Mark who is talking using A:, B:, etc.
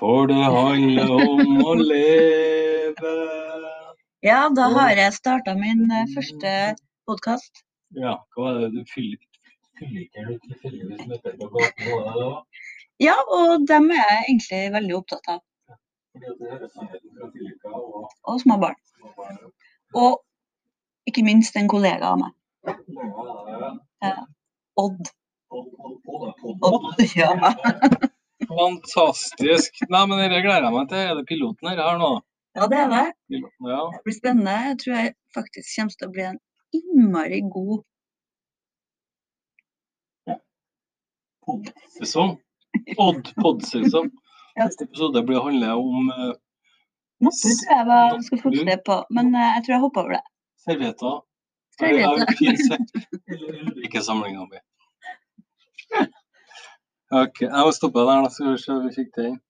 A: For det handler om å leve.
B: Ja, da har jeg starta min eh, første podkast.
A: Ja, hva er det du fyller Fyller ikke du ikke fyller ut nøtter på gaten? Hva er det da?
B: Ja, og dem er jeg egentlig veldig opptatt av.
A: Fordi at det høres sannheten fra fylka og
B: Og små barn.
A: og hva er det?
B: Og ikke minst en kollega av meg.
A: Hva er det?
B: Odd.
A: Pod, pod, pod, da, pod, pod.
B: Odd, ja.
A: Fantastisk. Nei, men dette gleder jeg meg til. Er det piloten her, her nå?
B: ja, det er det.
A: Piloten, ja.
B: Det blir spennende. Jeg tror jeg faktisk kommer til å bli en innmari god
A: Podsesong. Odd podsesong.
B: Ja.
A: Neste episode blir handler om eh,
B: Det tror jeg var skal fokusere på, men eh, jeg tror jeg hopper over det.
A: Servietter.
B: Servietter.
A: Ikke-samlinga mi. OK, jeg må stoppe der, da, så skal vi se om vi fikk det inn.